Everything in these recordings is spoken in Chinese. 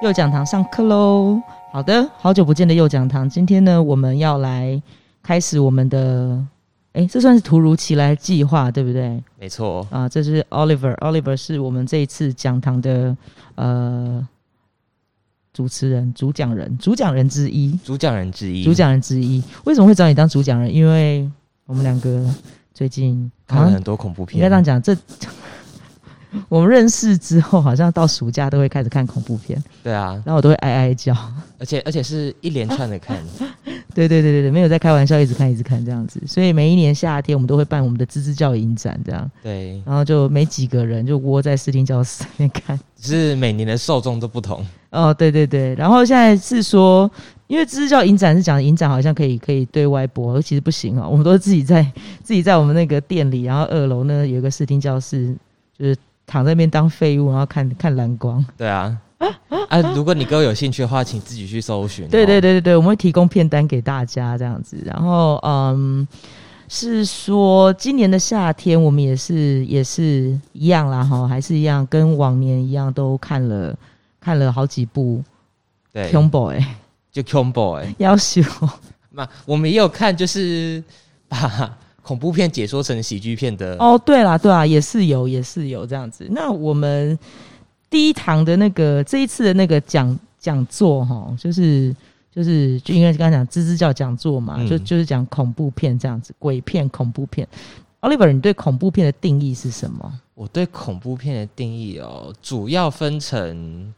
右讲堂上课喽。好的，好久不见的右讲堂，今天呢，我们要来开始我们的，哎，这算是突如其来计划，对不对？没错，啊，这是 Oliver，Oliver 是我们这一次讲堂的呃主持人、主讲人、主讲人之一，主讲人之一，主讲人之一。为什么会找你当主讲人？因为我们两个最近看好了像很多恐怖啊应该片这，样讲，这 我们认识之后，好像到暑假都会开始看恐怖片，对啊，然后我都会哀哀叫。而且而且是一连串的看，啊对对对对对，没有在开玩笑，一直看一直看这样子。所以每一年夏天，我们都会办我们的吱吱教影展这样，对，然后就没几个人就窝在视听教室里面看。只是每年的受众都不同，哦，对对对，然后现在是说，因为知识叫影展是讲影展好像可以可以对外播，其实不行啊，我们都是自己在 自己在我们那个店里，然后二楼呢有一个视听教室，就是躺在那边当废物，然后看看蓝光。对啊，啊，如果你哥有兴趣的话，请自己去搜寻哦，对对对对对，我们会提供片单给大家这样子，然后嗯。是说今年的夏天，我们也是也是一样啦，哈，还是一样，跟往年一样，都看了看了好几部《对， Tomboy》哎，就 combo 哎，要修。那我们也有看，就是把恐怖片解说成喜剧片的，哦，对啦，对啦，也是有，也是有这样子。那我们第一堂的那个这一次的那个讲讲座哈，就是就是就应该是刚刚讲吱吱叫讲座嘛，嗯就就是讲恐怖片这样子，鬼片、恐怖片。Oliver，你对恐怖片的定义是什么？我对恐怖片的定义哦，主要分成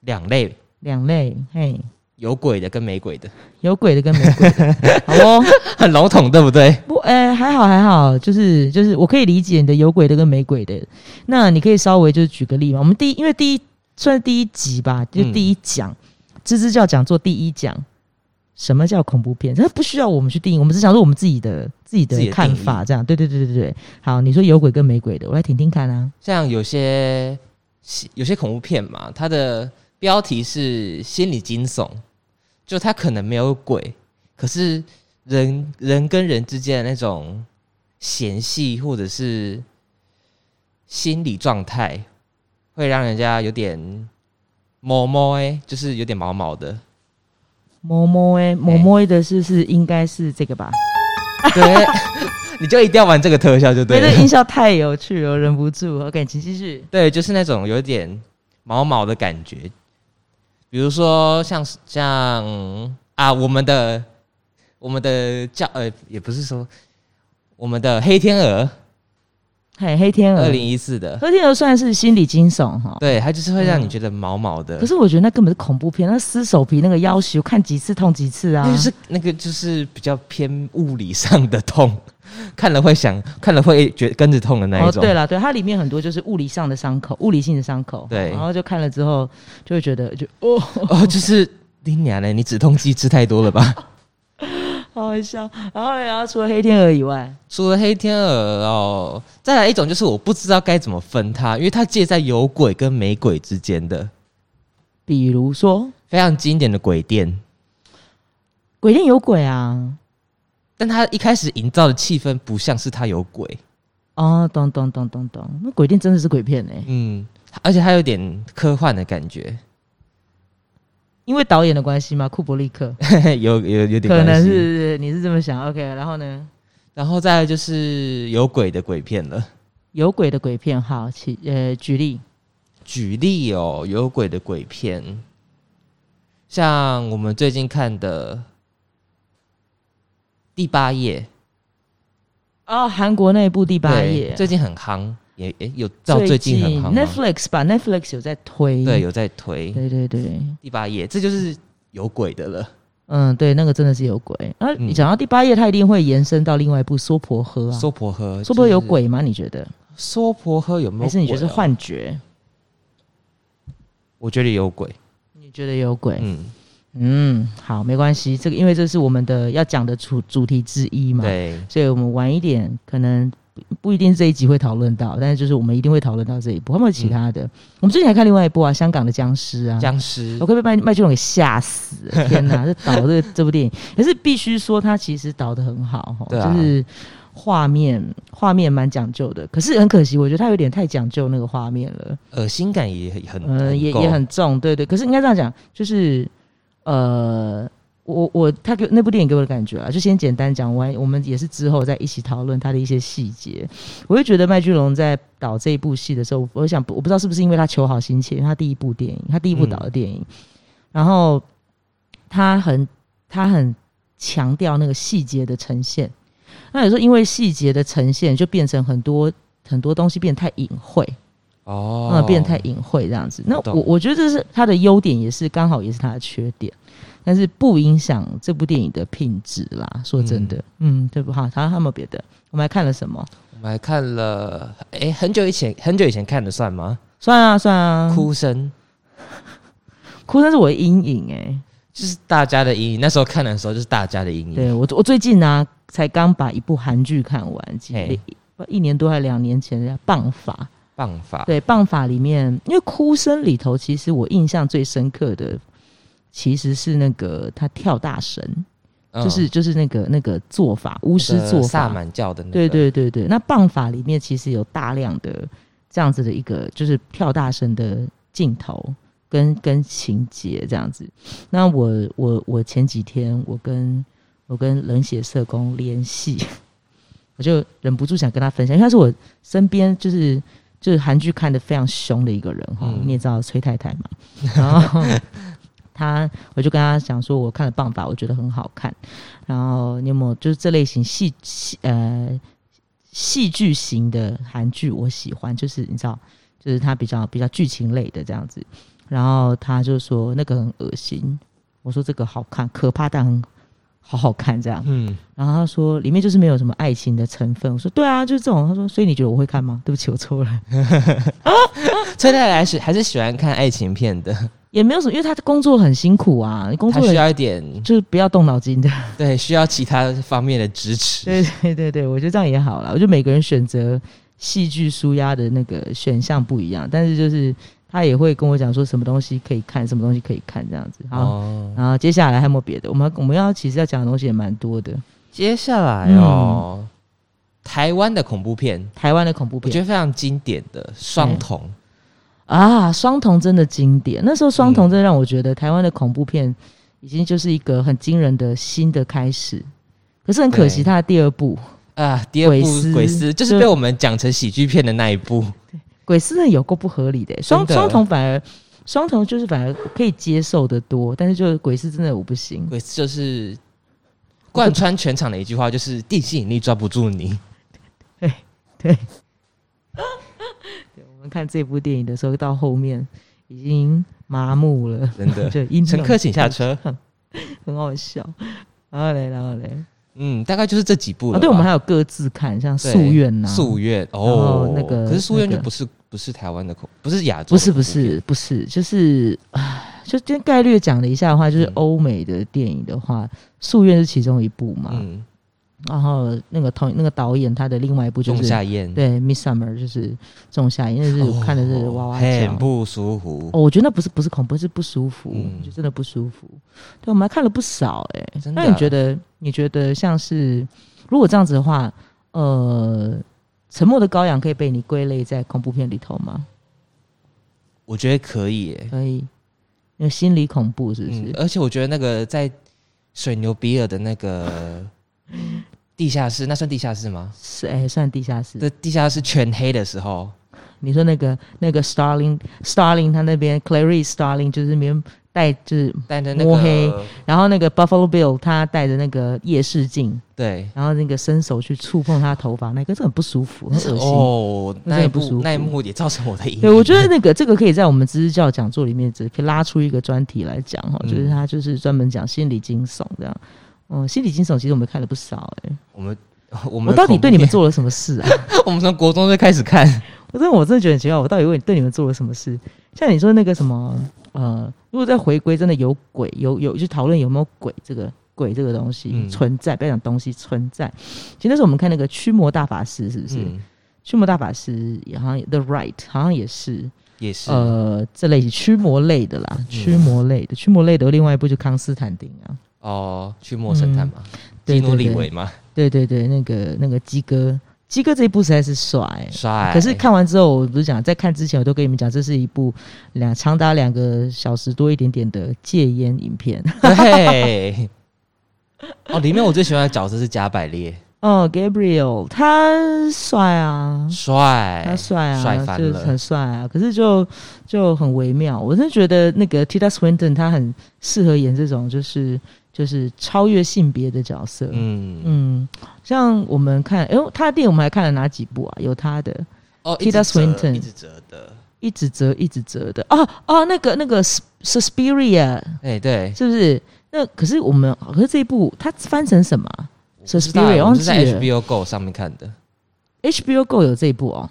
两类，两类，嘿，有鬼的跟没鬼的，有鬼的跟没鬼的，好哦。很笼统，对不对？不，哎、还好还好，就是就是，我可以理解你的有鬼的跟没鬼的。那你可以稍微就是举个例嘛。我们第一，因为第一算是第一集吧，就嗯第一讲，吱吱叫讲座第一讲，什么叫恐怖片？它不需要我们去定义，我们只想说我们自己的自己自己的的看定义法，这样。对对对对对。好，你说有鬼跟没鬼的，我来听听看啊。像有些西有些恐怖片嘛，它的标题是心理惊悚，就它可能没有鬼，可是人人跟人之间的那种嫌隙或者是心理状态，会让人家有点毛毛哎，就是有点毛毛的。摸摸哎，摸摸的是不是应该是这个吧？对， 你就一定要玩这个特效就对对，这了。音效太有趣了，我忍不住。OK，请继续。对，就是那种有点毛毛的感觉。比如说像是像啊，我们的我们的叫呃，也不是说我们的黑天鹅，嘿，黑天鹅，二零一四的，黑天鹅算是心理惊悚哈。对，它就是会让你觉得毛毛的可，是我觉得那根本是恐怖片，那撕手皮那个要求看几次痛几次啊那！就是那个就是比较偏物理上的痛， 看了会想，看了会觉跟着痛的那一哦，种。对了，对，它里面很多就是物理上的伤口，物理性的伤口。对然后就看了之后就会觉得就哦， 哦，就是你娘嘞，你止痛剂吃太多了吧？好好笑。然后嘞，然后除了黑天鹅以外，除了黑天鹅哦，再来一种就是我不知道该怎么分它，因为它介在有鬼跟没鬼之间的比如说非常经典的鬼店，鬼店有鬼啊，但它一开始营造的气氛不像是它有鬼，哦，懂懂懂懂懂，那鬼店真的是鬼片哎、嗯，而且它有点科幻的感觉，因为导演的关系嘛，库伯利克有有有点可能关系。是你是这么想，OK？然后呢，然后再来就是有鬼的鬼片了，有鬼的鬼片，好，起呃，举例，举例哦，有鬼的鬼片，像我们最近看的《第八夜》。哦，韩国那一部《第八对夜》，最近很夯，也也有到最近很夯吗 Netflix 吧，Netflix 有在推，对，有在推对对对第八页，这就是有鬼的了。嗯，对，那个真的是有鬼。啊，嗯你讲到第八页，它一定会延伸到另外一部《娑婆诃》啊，娑婆诃， 《娑婆诃》有？鬼吗？你觉得？娑婆诃有没有、啊还是你觉得是？幻觉？我觉得有鬼。你觉得有鬼？嗯，嗯，好，没关系，这个因为这是我们的要讲的主主题之一嘛，对，所以我们晚一点可能。不一定这一集会讨论到，但是就是我们一定会讨论到这一部。还有没有嗯其他的？我们最近还看另外一部啊，香港的僵尸啊，僵尸我，快被麦麦浚龙给吓死 了！天哪，这导这这部电影，可是必须说他其实导的很好哈，对啊就是画面画面蛮讲究的，可是很可惜，我觉得他有点太讲究那个画面了，恶心感也很很，呃，也够也很重，对对。可是应该这样讲，就是呃，我我他给那部电影给我的感觉啊，就先简单讲完，我们也是之后再一起讨论他的一些细节。我就觉得麦浚龙在导这一部戏的时候，我想我不知道是不是因为他求好心切，因为他第一部电影，他第一部导的电影，嗯然后他很他很强调那个细节的呈现。那有时候因为细节的呈现，就变成很多很多东西变得太隐晦，哦，嗯，变得太隐晦这样子。那懂我我觉得这是他的优点，也是刚好也是他的缺点，但是不影响这部电影的品质啦。说真的，嗯，对不好，好，还有没有别的？我们还看了什么？我们还看了，哎、很久以前，很久以前看的算吗？算啊算啊，哭声哭，那是我的阴影哎、就是大家的阴影，那时候看的时候就是大家的阴影。对我我最近呢、啊才刚把一部韩剧看完，几嘿一年多还两年前的《棒法》。棒法，对，棒法里面，因为哭声里头，其实我印象最深刻的其实是那个他跳大神，嗯就是就是那个那个做法，巫师那个做萨法。满教的那个，对对对对，那棒法里面其实有大量的这样子的一个就是跳大神的镜头跟跟情节这样子。那我我我前几天我跟我跟冷血社工联系， 我就忍不住想跟他分享，因为他是我身边就是就是韩剧看的非常凶的一个人哈，嗯你也知道崔太太嘛，然 后他我就跟他讲说，我看了《棒法》，我觉得很好看，然后你有没有就是这类型戏戏呃戏剧型的韩剧我喜欢，就是你知道，就是他比较比较剧情类的这样子，然后他就说那个很恶心，我说这个好看，可怕但很好好看这样。嗯，然后他说里面就是没有什么爱情的成分。我说对啊，就是这种。他说所以你觉得我会看吗？对不起，我错了，崔太太是还是喜欢看爱情片的，也没有什么，因为他的工作很辛苦啊，工她作需很要一点，就是不要动脑筋的。对，需要其他方面的支持。对对对对，我觉得这样也好了。我觉得每个人选择戏剧舒压的那个选项不一样，但是就是他也会跟我讲说什么东西可以看，什么东西可以看这样子。好，哦，然后接下来还有没有别的？我们我们要其实要讲的东西也蛮多的，接下来哦，台湾的恐怖片，台湾的恐怖我觉片得非常经典的双瞳，啊，双瞳真的经典。那时候双瞳嗯真的让我觉得台湾的恐怖片已经就是一个很惊人的新的开始。可是很可惜，对它的第二部《啊，第二部鬼丝鬼丝就是就被我们讲成喜剧片的那一部，鬼斯人》有够不合理的、欸双真的双瞳反而双瞳就是反而可以接受的多，但是就是鬼斯真的我不行。鬼丝就是贯穿全场的一句话，就是地吸引力抓不住你。我们看这部电影的时候，到后面已经麻木了，真 的就阴乘客请下车。很好笑。然后嘞，然后嘞，嗯，大概就是这几部了啊，吧、对，我们还有各自看，像对夙愿呐，啊夙愿后哦，那个可是夙愿那就个不是不是台湾的恐，不是亚洲，不是不，是不是，就是唉就跟概略讲了一下的话，就是嗯欧美的电影的话，夙愿是其中一部嘛。嗯，然后那个同那个导演他的另外一部就仲是夏夜，对《Midsummer》就是仲夏夜，那是我看的是哇哇叫哦很。不舒服，哦，我觉得那不是不是恐怖，是不舒服，嗯就真的不舒服。对，我们还看了不少哎、真的啊那你觉得？你觉得像是如果这样子的话，呃，《沉默的羔羊》可以被你归类在恐怖片里头吗？我觉得可以耶，可以，那个心理恐怖是不是？嗯，而且我觉得那个在水牛比尔的那个 地下室，那算地下室吗？是哎、算地下室。的地下室全黑的时候，你说那个那个 Starling Starling 他那边 Clary Starling 就是里面戴就是，戴着那摸黑个然后那个 Buffalo Bill 他戴着那个夜视镜，对。然后那个伸手去触碰他头发，那个是很不舒服，很恶心。哦，那那一真的不舒幕服那一幕也造成我的阴影。对，我觉得那个这个可以在我们知识教讲座里面，只可以拉出一个专题来讲哈，嗯就是他就是专门讲心理惊悚这样。嗯，心理惊悚其实我们看了不少哎、我们 我我们到底对你们恐做了什么事啊？ 怖 片，我们从国中就开始看，我真的我真的觉得很奇怪，我到底为对你们做了什么事？像你说那个什么呃，如果再回归真的有鬼，有有就讨论有没有鬼这个鬼这个东西嗯存在，不要讲东西存在。其实那时候我们看那个《驱魔大法师》，是不是？嗯，驱魔大法师》也好像也 The Right 好像也是也是，呃这类驱魔类的啦，驱魔类的，驱魔类的另外一部就康斯坦丁啊，哦，驱魔神探嘛，嗯对基努对里对维嘛，对对对，那个那个鸡哥，鸡哥这一部实在是帅、帅。可是看完之后，我不是讲，在看之前我都跟你们讲，这是一部两长达两个小时多一点点的戒烟影片。 对，哦，里面我最喜欢的角色是加百列，哦，Gabriel 他帅啊，他帅，帅啊，帅翻就是了很帅啊。可是就就很微妙，我真的觉得那个 Tita Swinton 他很适合演这种就是就是超越性别的角色。嗯嗯，像我们看，哎、他的电影我们还看了哪几部啊？有他的。哦 Tilda 一直折 Swinton 一直折的，一直折一直折的哦哦，那个那个 Sus- Suspiria 哎，对，是不是？那可是我们，可是这一部它翻成什么啊我不知道 Suspiria，我们是在忘记了 HBO Go 上面看的， ？HBO Go 有这一部哦。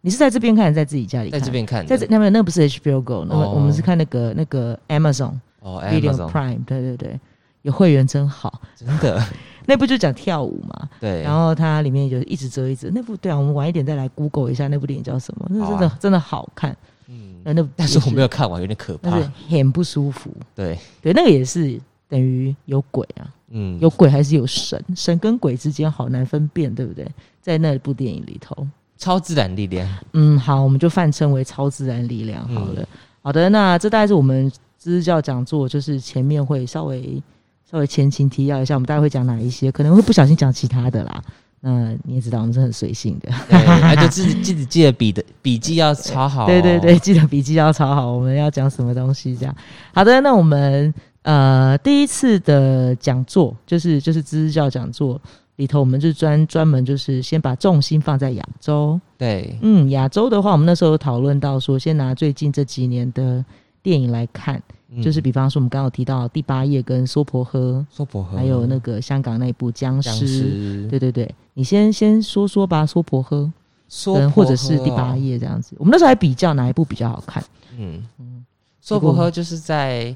你是在这边看，还是在自己家里在看？这，边看在的，这那边那不是 HBO Go，那么哦我们是看那个那个 Amazon 哦 Video ，Amazon Prime，对对对，有会员真好。真的，那部就讲跳舞嘛，对，然后它里面就一直折一直。那部对啊，我们晚一点再来 Google 一下那部电影叫什么，那好真啊的、真的好看。嗯，呃那部但是我没有，有看完，有点可但怕是，很不舒服。对，对，那个也是等于有鬼啊。嗯，有鬼还是有神？神跟鬼之间好难分辨，对不对？在那部电影里头，超自然力量， 嗯，好，我们就泛称为超自然力量好嗯了。好的，那这大概是我们支教讲座，就是前面会稍微稍微前情提要一下，我们大概会讲哪一些，可能会不小心讲其他的啦。那你也知道，我们是很随性的，对，那就自己自己记得笔的笔记要抄 好，哦对对对，，记得笔记要抄好，我们要讲什么东西这样。好的，那我们呃第一次的讲座就是就是知识教讲座里头，我们就专专门就是先把重心放在亚洲。对，嗯，亚洲的话，我们那时候有讨论到说，先拿最近这几年的电影来看，嗯就是比方说我们刚刚有提到《第八页》跟《娑婆诃说薄》，荷，还有那个香港那部《僵尸》僵尸，对对对，你先先说说吧，《娑婆诃》说跟薄或者是荷第八哦页这样子。我们那时候还比较哪一部比较好看。嗯嗯，说结果不喝就是在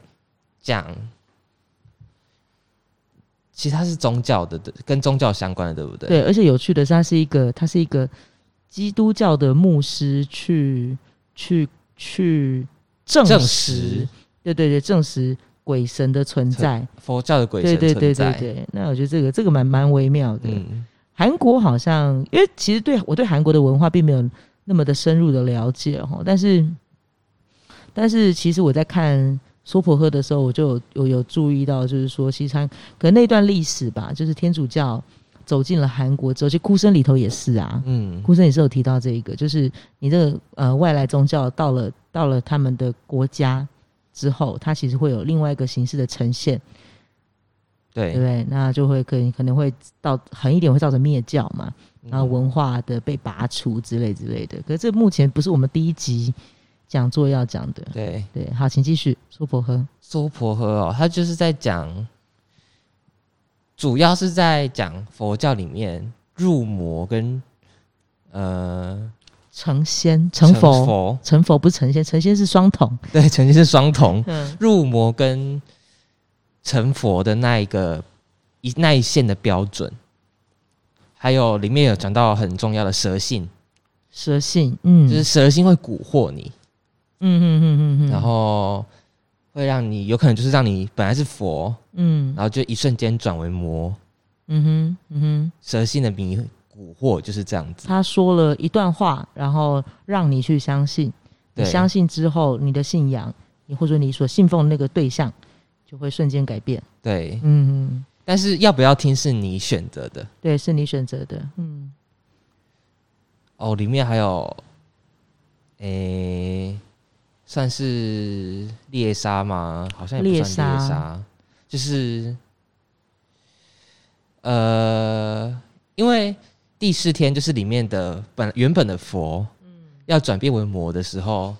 讲，其实它是宗教的，对跟宗教相关的，对不对？，对，而且有趣的是，他是一个他是一个基督教的牧师去去去证证实对对对，证实鬼神的存在，佛教的鬼对神对对对存在。对。那我觉得这个这个蛮蛮微妙的。嗯，韩国好像，因为其实对我对韩国的文化并没有那么的深入的了解哈，但是但是其实我在看《娑婆诃》的时候，我就有有有注意到，就是说西餐可能那段历史吧，就是天主教走进了韩国之后，其实哭声里头也是啊，嗯，哭声也是有提到这一个，就是你这个呃外来宗教到了到了他们的国家之后，它其实会有另外一个形式的呈现。对不对，对？那就会可能可能会到狠一点，会造成灭教嘛，然后嗯文化的被拔除之类之类的。可是这目前不是我们第一集讲座要讲的。对对，好，请继续。苏伯亨，娑婆诃哦，它就是在讲，主要是在讲佛教里面入魔跟呃成仙成佛，佛，成佛不是成仙，成仙是双瞳。对，曾经是双瞳，嗯入魔跟成佛的那一个一那一线的标准，还有里面有讲到很重要的蛇性，蛇性，嗯，就是蛇性会蛊惑你，嗯嗯嗯嗯嗯，然后会让你有可能就是让你本来是佛，嗯然后就一瞬间转为魔，嗯哼嗯哼，蛇性的迷蛊惑就是这样子。他说了一段话，然后让你去相信。你对，相信之后，你的信仰，你或者你所信奉的那个对象，就会瞬间改变。对，嗯嗯。但是要不要听是你选择的对，是你选择的。嗯，哦。里面还有，诶、算是猎杀吗？好像也不算猎猎杀杀，就是呃，因为第四天就是里面的本原本的佛，嗯要转变为魔的时候，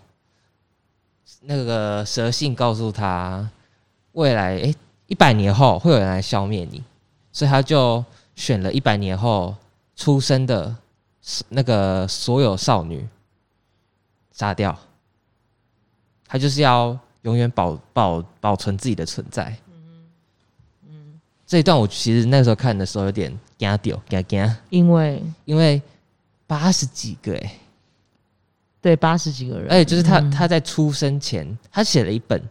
那个蛇性告诉他，未来诶一百年后会有人来消灭你，所以他就选了一百年后出生的那个所有少女杀掉，他就是要永远保保保存自己的存在。这一段我其实那时候看的时候有点惊掉惊惊，因为因为八十几个哎、对八十几个人，而且就是他、嗯他在出生前，他写了一本，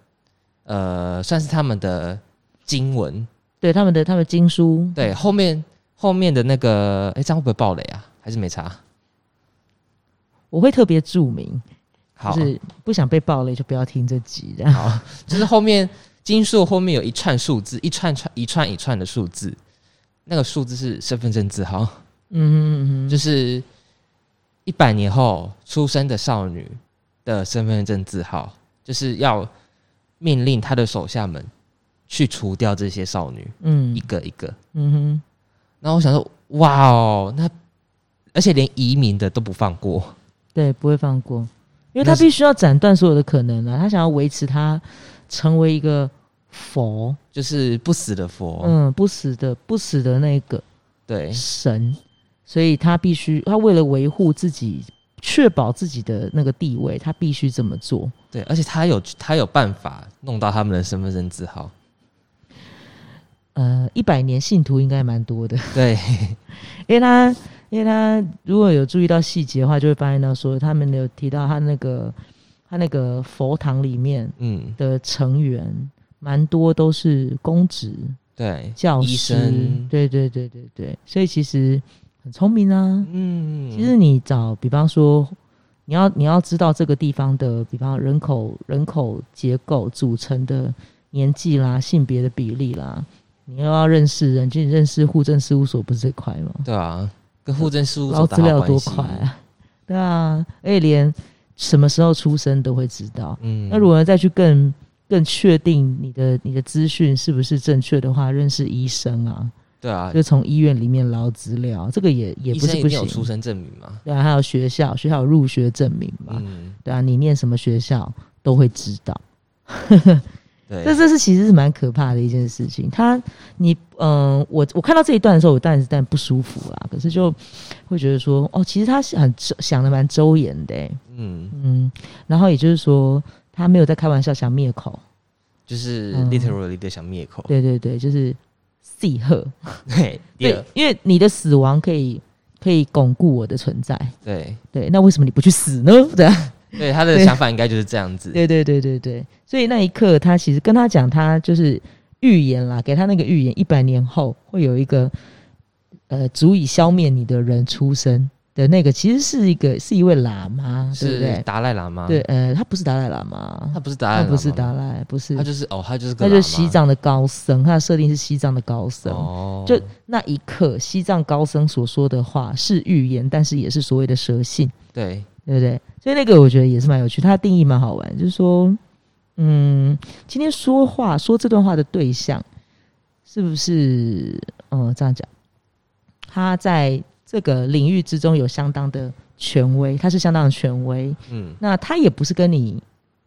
呃，算是他们的经文。对他们的他们经书，对，后面后面的那个，哎、这样会不会爆雷啊？还是没查？我会特别注明，好，就是不想被暴雷就不要听这集这样。好，就是后面经数后面有一串数字，一串串一串一串的数字，那个数字是身份证字号，嗯嗯嗯，就是一百年后出生的少女的身份证字号，就是要命令她的手下们去除掉这些少女，嗯一个一个。嗯哼，然后我想说，哇哦，那而且连移民的都不放过，对，不会放过，因为那他是必须要斩断所有的可能啊，他想要维持他成为一个佛，就是不死的佛，嗯，不死的不死的那个对，神，所以他必须，他为了维护自己，确保自己的那个地位，他必须这么做。对，而且他有他有办法弄到他们的身份证字号，呃，一百年信徒应该蛮多的， 对，因为他，因为他如果有注意到细节的话，就会发现到说，他们有提到他那个他那个佛堂里面嗯，的成员，蛮多都是公职、对，教医师生，对对对对对，所以其实很聪明啊，嗯，其实你找，比方说，你要你要知道这个地方的，比方人口人口结构组成的年纪啦、性别的比例啦，你又要认识人，就你认识户政事务所不是最快吗？对啊，跟户政事务捞所打资好料多关系，快啊！ 对啊，而且连什么时候出生都会知道。嗯，那如果再去更更确定你的你的资讯是不是正确的话，认识医生啊，对啊，就从医院里面捞资料，这个也也医不生是一不定行啊有。出生证明嘛，对啊，还有学校，学校有入学证明嘛，嗯，对啊，你念什么学校都会知道。对， 这这是其实是蛮可怕的一件事情。他，你，嗯、我我看到这一段的时候，我当然是但不舒服啦，可是就会觉得说，哦，其实他是很周想的蛮周延的、欸，嗯，嗯，然后也就是说，他没有在开玩笑，想灭口，就是嗯 literally 的想灭口，对对对，就是戏鹤，对，第对二，，因为你的死亡可以可以巩固我的存在，对，对，那为什么你不去死呢？ 对啊。对，他的对想法应该就是这样子，对对对对对，所以那一刻，他其实跟他讲，他就是预言啦，给他那个预言，一百年后会有一个呃足以消灭你的人出生的那个，其实是一个是一位喇嘛，对不是对？达赖喇嘛，对，，呃，他不是达赖喇嘛他，不是达他赖喇嘛吗，不是达赖，不是他，就是哦，他就是个他就是喇嘛西藏的高僧，他的设定是西藏的高僧。哦，就那一刻，西藏高僧所说的话是预言，但是也是所谓的蛇信。对，对不对？所以那个我觉得也是蛮有趣，它的定义蛮好玩，就是说，嗯，今天说话说这段话的对象是不是，嗯，这样讲，他在这个领域之中有相当的权威，他是相当的权威，嗯那他也不是跟你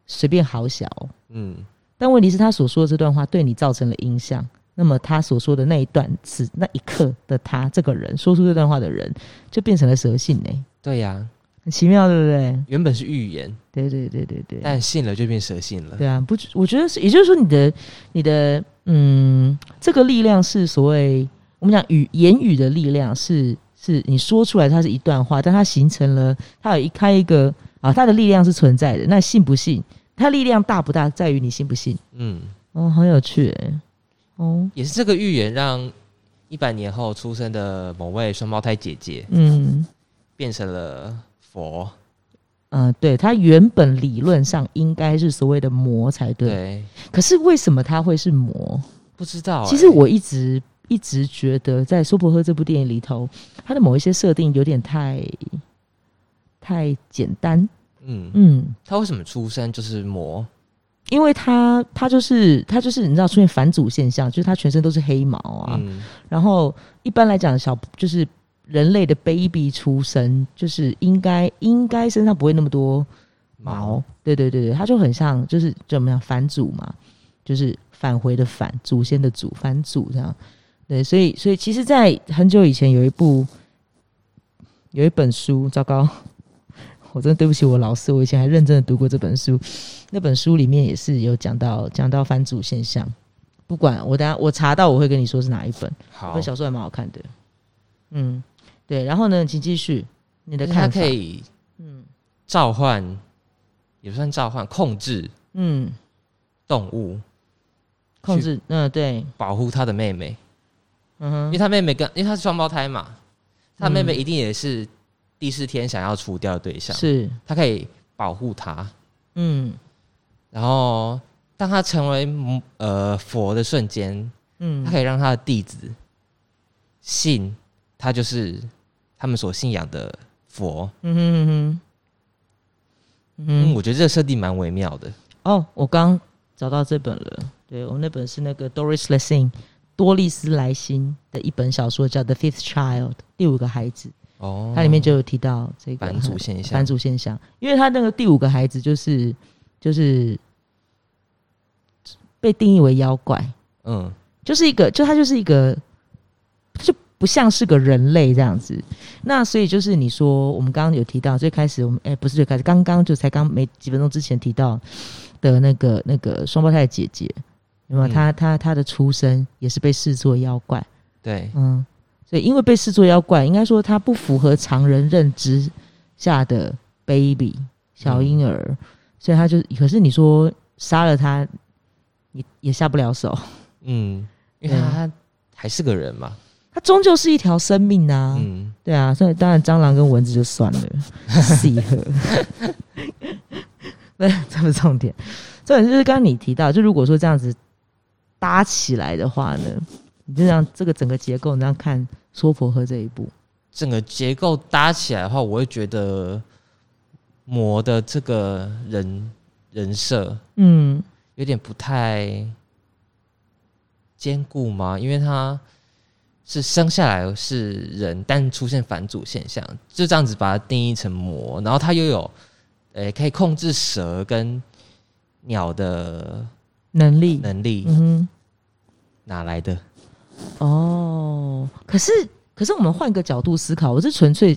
随便好小哦、嗯，但问题是，他所说的这段话对你造成了影响。那么他所说的那一段，此那一刻的他这个人说出这段话的人，就变成了蛇信呢、对呀、很奇妙，对不对？原本是预言，对对对对对，但信了就变蛇信了，对啊，不止，我觉得是，也就是说，你的你的嗯，这个力量是所谓我们讲语言语的力量是，是你说出来，它是一段话，但它形成了，它有一开一个啊，它的力量是存在的。那信不信，它力量大不大，在于你信不信。嗯，哦，很有趣、欸，哦，也是这个预言让一百年后出生的某位双胞胎姐姐嗯。变成了佛，嗯、对，它原本理论上应该是所谓的魔才对，对，可是为什么它会是魔？不知道欸、其实我一直一直觉得，在《苏伯赫》这部电影里头，它的某一些设定有点太太简单。嗯，嗯，他为什么出生就是魔？因为他他就是他就是你知道出现反祖现象，就是他全身都是黑毛啊。嗯，然后一般来讲，小就是人类的 baby 出生，就是应该应该身上不会那么多毛。对对对对，他就很像就是怎么样返祖嘛，就是返回的返，祖先的祖，返祖这样。对，所以所以其实，在很久以前有一部有一本书，糟糕， 我真的对不起我老师，我以前还认真的读过这本书。那本书里面也是有讲到讲到返祖现象，不管我等下我查到我会跟你说是哪一本，那好本，小说还蛮好看的。嗯，对。然后呢，请继续你的就是它看法可。以嗯召唤，也不算召唤，控制嗯，动物控制嗯对，保护他的妹妹，嗯因哼为他妹妹跟因为他是双胞胎嘛，他妹妹嗯一定也是第四天想要除掉的对象，是他可以保护他。嗯然后当他成为母呃佛的瞬间，他嗯可以让他的弟子信他就是他们所信仰的佛。嗯哼嗯哼嗯，嗯哼我觉得这个设定蛮微妙的。哦，我刚找到这本了。对我们那本是那个 Doris Lessing 多丽丝莱辛的一本小说，叫《The Fifth Child》第五个孩子。哦，它里面就有提到这个版主现象版，主现象，因为他那个第五个孩子就是就是被定义为妖怪，嗯，就是一个就他就是一个就不像是个人类这样子。那所以就是你说我们刚刚有提到最开始我们哎、不是最开始，刚刚就才刚没几分钟之前提到的那个那个双胞胎的姐姐，有没有？嗯她她她的出生也是被视作妖怪。对，嗯，所以因为被视作妖怪，应该说他不符合常人认知下的 baby 小婴儿，嗯所以他就可是你说杀了他，你也下不了手，嗯，因为对他还是个人嘛，他终究是一条生命啊，嗯，对啊，所以当然蟑螂跟蚊子就算 了，细喝，不是这不是重点，重点就是刚刚你提到，就如果说这样子搭起来的话呢，你就让这个整个结构，你这样看娑婆诃这一步。整个结构搭起来的话，我会觉得魔的这个人人设嗯，有点不太坚固嘛，因为他是生下来是人，但出现反祖现象，就这样子把它定义成魔，然后他又有诶、可以控制蛇跟鸟的能力，能力，嗯哪来的？哼，哦，可是可是我们换个角度思考，我是纯粹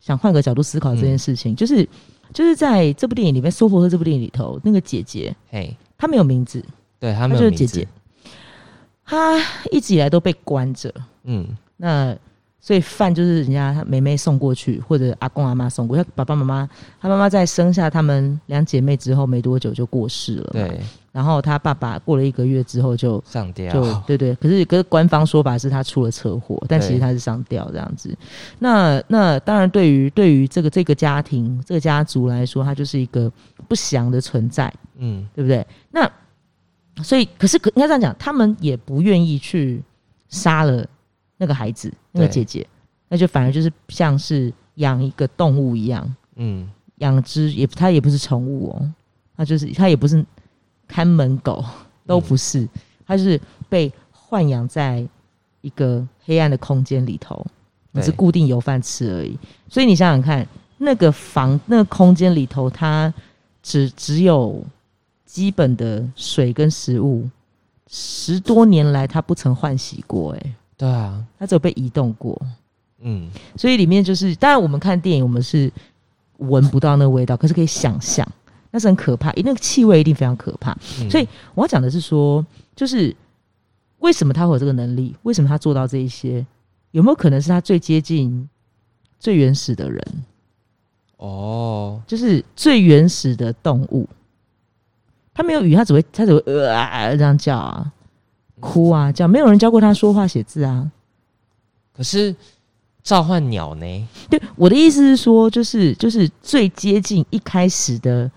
想换个角度思考这件事情，就是就是在这部电影里面，《娑婆诃》这部电影里头，那个姐姐嘿，她没有名字，对他她没就有是名姐字姐，，她一直以来都被关着，嗯那所以饭就是人家她妹妹送过去，或者阿公阿妈送过去，她爸爸妈妈，她妈妈在生下她们两姐妹之后没多久就过世了，，对，然后她爸爸过了一个月之后就上啊就 吊，对对，可是可是官方说法是他出了车祸，但其实对他是上吊这样子。那那当然对，于对于这个这个家庭这个家族来说，它就是一个不祥的存在，嗯，对不对？那所以，可是可应该这样讲，他们也不愿意去杀了那个孩子，那个对姐姐，那就反而就是像是养一个动物一样，嗯，养只也它也不是宠物哦，它就是它也不是看门狗，都不是，它就是被豢养在一个黑暗的空间里头，对只是固定有饭吃而已。所以你想想看，那个房那个空间里头，它只只有基本的水跟食物，十多年来它不曾换洗过、欸，对啊，它只有被移动过。嗯，所以里面就是，当然我们看电影，我们是闻不到那个味道，可是可以想象，那是很可怕，那个气味一定非常可怕。嗯所以我要讲的是说，就是为什么他会有这个能力？为什么他做到这一些？有没有可能是他最接近最原始的人，哦，就是最原始的动物？他没有语，他只会他只会呃啊啊这样叫啊，哭啊叫，没有人教过他说话写字啊。可是召唤鸟呢？对，我的意思是说，就是就是最接近一开始的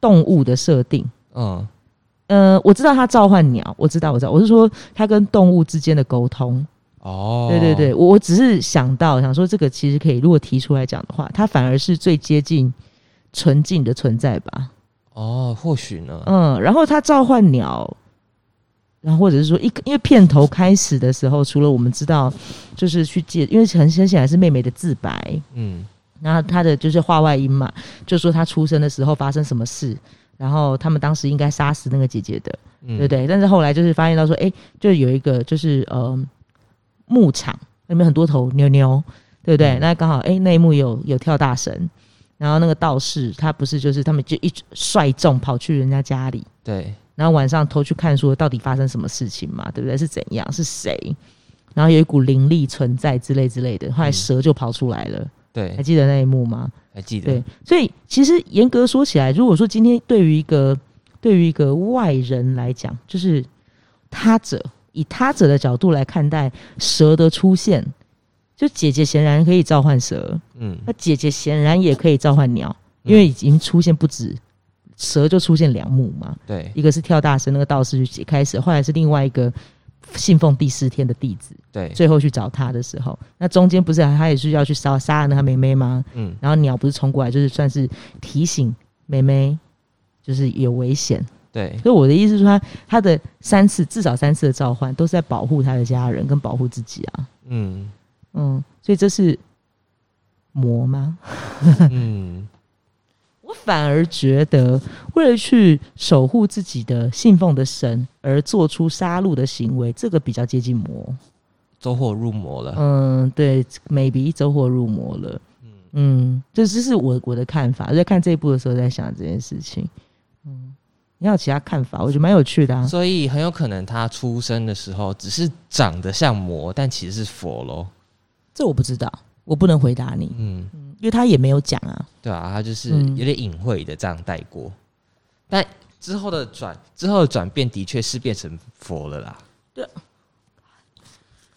动物的设定。嗯，呃，我知道它召唤鸟，我知道，我知道，我是说它跟动物之间的沟通。哦，对对对，我我只是想到想说，这个其实可以，如果提出来讲的话，它反而是最接近纯净的存在吧。哦，或许呢，嗯，然后它召唤鸟。然后或者是说一，因为片头开始的时候，除了我们知道，就是去借，因为很很显然是妹妹的自白，嗯，然后他的就是话外音嘛，就说他出生的时候发生什么事，然后他们当时应该杀死那个姐姐的，嗯对不对？但是后来就是发现到说，哎，就是有一个就是呃牧场里面很多头牛牛，对不对？嗯那刚好哎那一幕有有跳大神，然后那个道士他不是就是他们就一率众跑去人家家里，对，然后晚上偷去看说到底发生什么事情嘛，对不对？是怎样？是谁？然后有一股灵力存在之类之类的，后来嗯哎蛇就跑出来了，还对，记得那一幕吗？还记得哎对，所以其实严格说起来，如果说今天对于一个对于一个外人来讲，就是他者以他者的角度来看待蛇的出现，就姐姐显然可以召唤蛇，嗯，那姐姐显然也可以召唤鸟，因为已经出现不止蛇，就出现两幕嘛，对一个是跳大神那个道士去解开蛇，后来是另外一个信奉第四天的弟子，对，最后去找他的时候，那中间不是还他也是要去杀杀了那他妹妹吗？嗯然后鸟不是冲过来，就是算是提醒妹妹，就是有危险。对所以我的意思是说，他他的三次至少三次的召唤，都是在保护他的家人跟保护自己啊。 嗯嗯，所以这是魔吗？嗯我反而觉得，为了去守护自己的信奉的神而做出杀戮的行为，这个比较接近魔。走火入魔了，嗯，对，maybe 走火入魔了。嗯，这这是我我的看法。我在看这一部的时候，在想这件事情。嗯，你还有其他看法？我觉得蛮有趣的啊。所以很有可能他出生的时候只是长得像魔，但其实是佛咯。这我不知道，我不能回答你，嗯，因为他也没有讲啊。对啊，他就是嗯有点隐晦的这样带过，但之后的转之后的转变的确是变成佛了啦。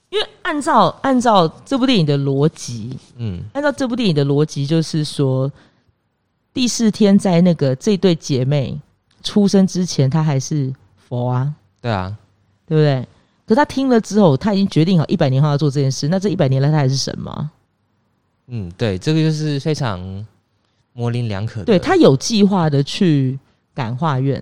因为按照按照这部电影的逻辑，嗯按照这部电影的逻辑，就是说，第四天在那个这对姐妹出生之前，她还是佛啊。对啊，对不对？可他听了之后，他已经决定好一百年后要做这件事。那这一百年来，他还是神吗？嗯，对，这个就是非常模棱两可的。对他有计划的去感化院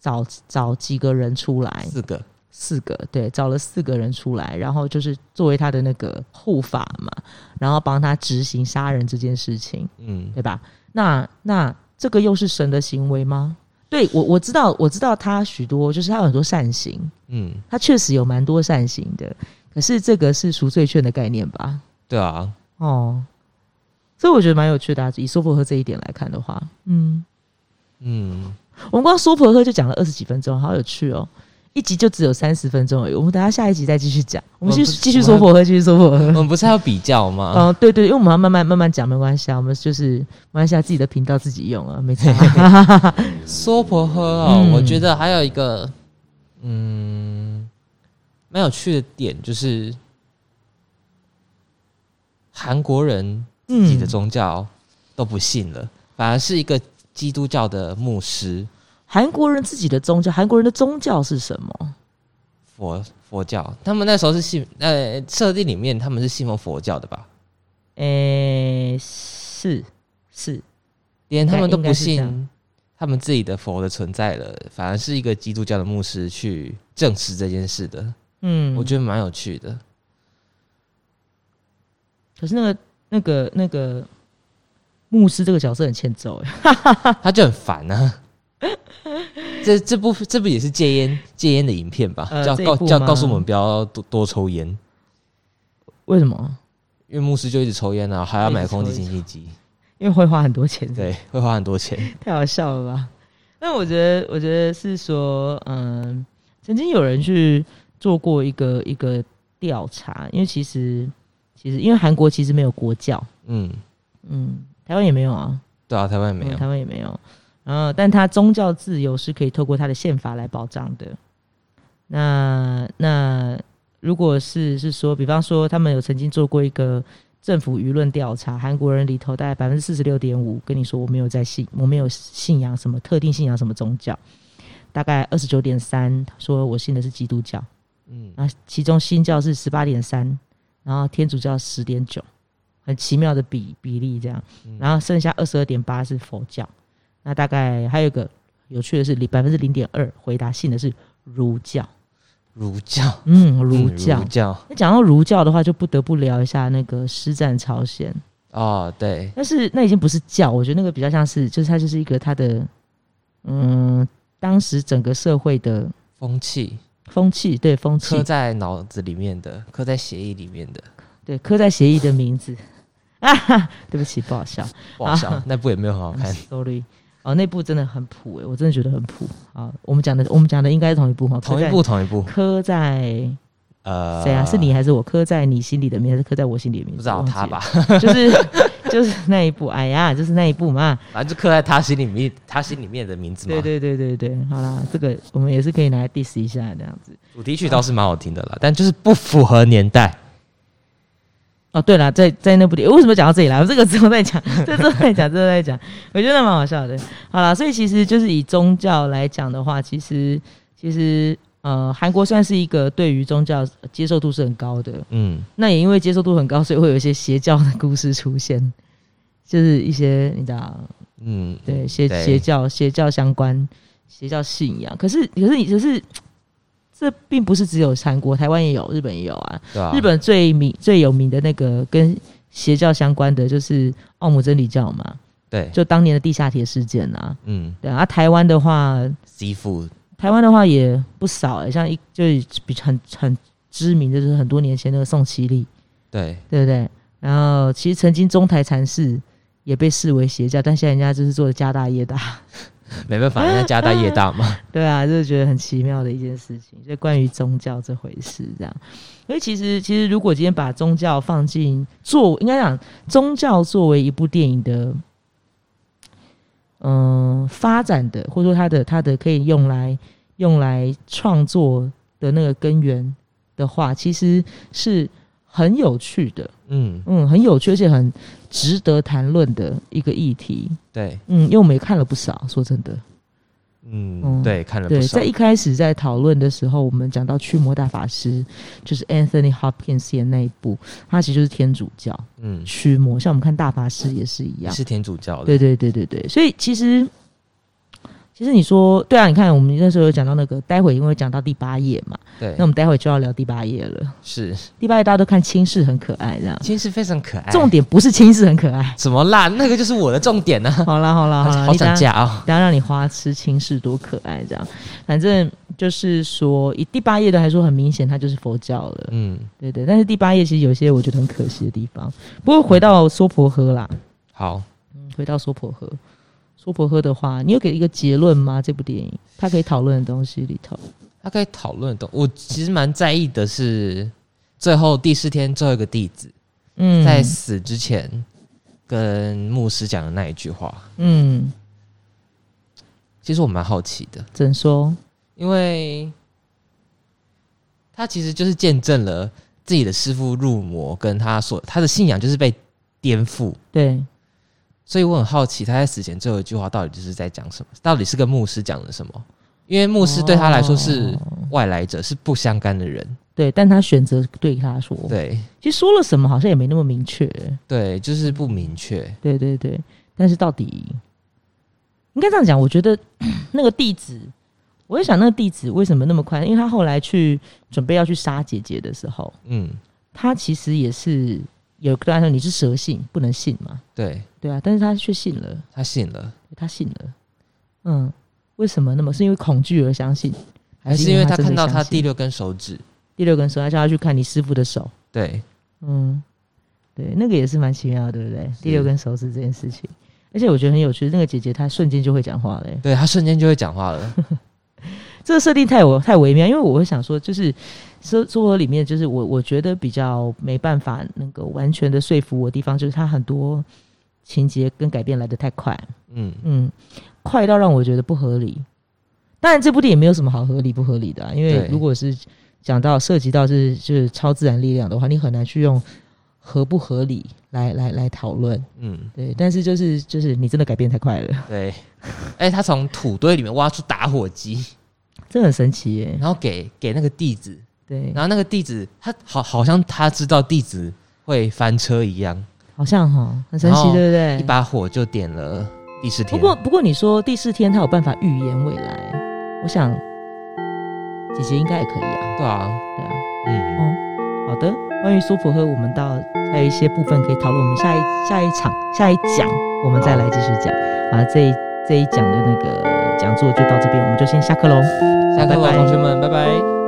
找找几个人出来，四个，四个对，找了四个人出来，然后就是作为他的那个护法嘛，然后帮他执行杀人这件事情，嗯对吧？那那这个又是神的行为吗？对我我知道我知道他许多就是他有很多善行，嗯，他确实有蛮多善行的。可是这个是赎罪券的概念吧？对啊，哦，所以我觉得蛮有趣的、啊。以娑婆诃这一点来看的话，嗯，嗯，我们光娑婆诃就讲了二十几分钟，好有趣哦。一集就只有三十分钟而已，我们等一下下一集再继续讲。我们我继们续不继续我娑们婆诃，继续娑婆我诃。们不是要比较吗？哦，对对，因为我们要慢慢慢慢讲，没关系啊，我们就是没关系啊，自己的频道自己用啊，没差。 娑婆诃哦，嗯我觉得还有一个嗯蛮有趣的点就是韩国人嗯自己的宗教都不信了，反而是一个基督教的牧师韩国人自己的宗教，韩国人的宗教是什么？佛佛教，他们那时候是信呃设定里面他们是信奉佛教的吧，诶、是是，连他们都不应该是这信他们自己的佛的存在了，反而是一个基督教的牧师去证实这件事的，嗯，我觉得蛮有趣的。可是那个那个那个牧师这个角色很欠揍哎，他就很烦啊。 这这部这部也是戒烟戒烟的影片吧？呃叫这一告部叫吗告诉我们不要多多抽烟，为什么？因为牧师就一直抽烟啊，还要买空气一直抽清新机，因为会花很多钱，对，会花很 多钱。太好笑了吧？那我觉得，我觉得是说，嗯，曾经有人去做过一个一个调查，因为其实其实因为韩国其实没有国教，嗯，嗯，台湾也没有啊，对啊，台湾没嗯有，台湾也没有。然后，但他宗教自由是可以透过他的宪法来保障的。那那如果是是说，比方说他们有曾经做过一个政府舆论调查，韩国人里头大概百分之四十六点五跟你说我没有在信，我没有信仰什么特定信仰什么宗教，大概二十九点三说我信的是基督教，嗯，那其中新教是十八点三，然后天主教十点九，很奇妙的比比例这样嗯。然后剩下二十二点八是佛教，那大概还有一个有趣的是，百分之零点二回答信的是儒教。儒教，嗯，嗯儒教儒。教那讲到儒教的话，就不得不聊一下那个师战朝鲜，哦，对，但是那已经不是教，我觉得那个比较像是，就是它就是一个它的，嗯，当时整个社会的风气风气，对风气刻在脑子里面的，刻在协议里面的，对，刻在协议 的名字。啊哈，对不起，不好笑啊不好笑，那部也没有很好看。 ，sorry。哦，那部真的很普欸诶、我真的觉得很普啊。我们讲的我们讲的应该是同一部哈，同一部，同一部。刻在呃，谁啊？是你还是我？刻在你心里的名，还是刻在我心里的名？不知道忘记他吧？了，就是就是那一部，哎呀，就是那一部嘛。反正就刻在他心里面，他心里面的名字嘛。对对对对对，好啦，这个我们也是可以拿来 diss 一下这样子。主题曲倒是蛮好听的啦，但就是不符合年代。哦，对了，在在那部电影，为什么讲到这里来？我 这个之后再讲，这之后再讲，这之后再讲， 我觉得蛮好笑的。好了，所以其实就是以宗教来讲的话，其实其实呃，韩国算是一个对于宗教接受度是很高的。嗯，那也因为接受度很高，所以会有一些邪教的故事出现，就是一些你知道，嗯，对邪对邪教邪教相关邪教信仰。可是可是你可是。这并不是只有韩国，台湾也有，日本也有啊。对啊，日本最名最有名的那个跟邪教相关的就是奥姆真理教嘛，对，就当年的地下铁事件啊。嗯对啊，啊台湾的话， ，C 父，台湾的话也不少、欸，像一就是比很很知名的就是很多年前那个宋其力，对，对不对？然后其实曾经中台禅寺也被视为邪教，但现在人家就是做的家大业大，没办法，人家家大业大嘛。对啊，就是觉得很奇妙的一件事情，就关于宗教这回事，这样。所以其实，其实如果今天把宗教放进作，应该讲宗教作为一部电影的，嗯、发展的，或者说它的它的可以用来用来创作的那个根源的话，其实是很有趣的，嗯，嗯，很有趣，而且很值得谈论的一个议题。对，嗯，因为我们也看了不少，说真的。嗯，嗯对，看了不对，少在。一开始在讨论的时候，我们讲到《驱魔大法师》，就是 Anthony Hopkins 演那一部，他其实就是天主教嗯，驱魔，像我们看大法师也是一样。是天主教的啊对。对对对对，所以其实其实你说对啊，你看我们那时候有讲到那个，待会因为讲到第八页嘛，对那我，们待会就要聊第八页了。是，第八页大家都看轻视很可爱这样，其实非常可爱。。重点不是轻视很可爱怎么啦？那个就是我的重点呢。好啦好啦好啦， 好你等想下嫁啊！然后让你花痴情是多可爱这样。反正就是说，以第八页的来说，很明显它就是佛教了，嗯，对对。但是第八页其实有些我觉得很可惜的地方。不过回到娑婆诃啦，好，嗯回到娑婆诃，娑婆诃的话，你有给一个结论吗？这部电影它可以讨论的东西里头，大概讨论的东，我其实蛮在意的是，最后第四天最后一个弟子嗯，在死之前跟牧师讲的那一句话，嗯，其实我蛮好奇的，怎说？因为他其实就是见证了自己的师傅入魔，跟他所他的信仰就是被颠覆。对，所以我很好奇，他在死前最后一句话到底就是在讲什么？到底是跟牧师讲了什么？因为牧师对他来说是哦外来者，是不相干的人。对，但他选择对他说，对其实说了什么好像也没那么明确。对，就是不明确。对对对，但是到底应该这样讲，我觉得 那个弟子，我在想那个弟子为什么那么快？因为他后来去准备要去杀姐姐的时候，嗯，他其实也是有跟他说你是蛇信，不能信嘛，对对啊，但是他却信了，他信了，他信了，嗯，为什么那么？是因为恐惧而相信，还是因为他真的看到他相信第六根手指？第六根手，他叫他去看你师傅的手，对，嗯，对，那个也是蛮奇妙的，对不对？第六根手指这件事情，而且我觉得很有趣，那个姐姐她瞬间就会讲话嘞、对他瞬间就会讲话 了。这个设定太我太微妙，因为我会想说，就是说说我里面，就是我我觉得比较没办法能够完全的说服我的地方，就是它很多情节跟改变来的太快，嗯，嗯，快到让我觉得不合理。当然，这部电影没有什么好合理不合理的啊、因为对如果是讲到涉及到是就是超自然力量的话，你很难去用合不合理来来来讨论。嗯，对，但是就是就是你真的改变太快了， 对。嗯哎、他从土堆里面挖出打火机，这很神奇耶。然后给给那个弟子，对，然后那个弟子他好好像他知道弟子会翻车一样，好像哈，很神奇，然后对不对？一把火就点了第四不天。过，不过你说第四天他有办法预言未来，我想姐姐应该也可以啊，对啊，对啊。嗯，哦，好的，关于苏婆诃，我们到还有一些部分可以讨论，我们下一下一场下一讲我们再来继续讲啊。这一这一讲的那个讲座就到这边，我们就先下课喽。下课拜了，拜同学们，拜拜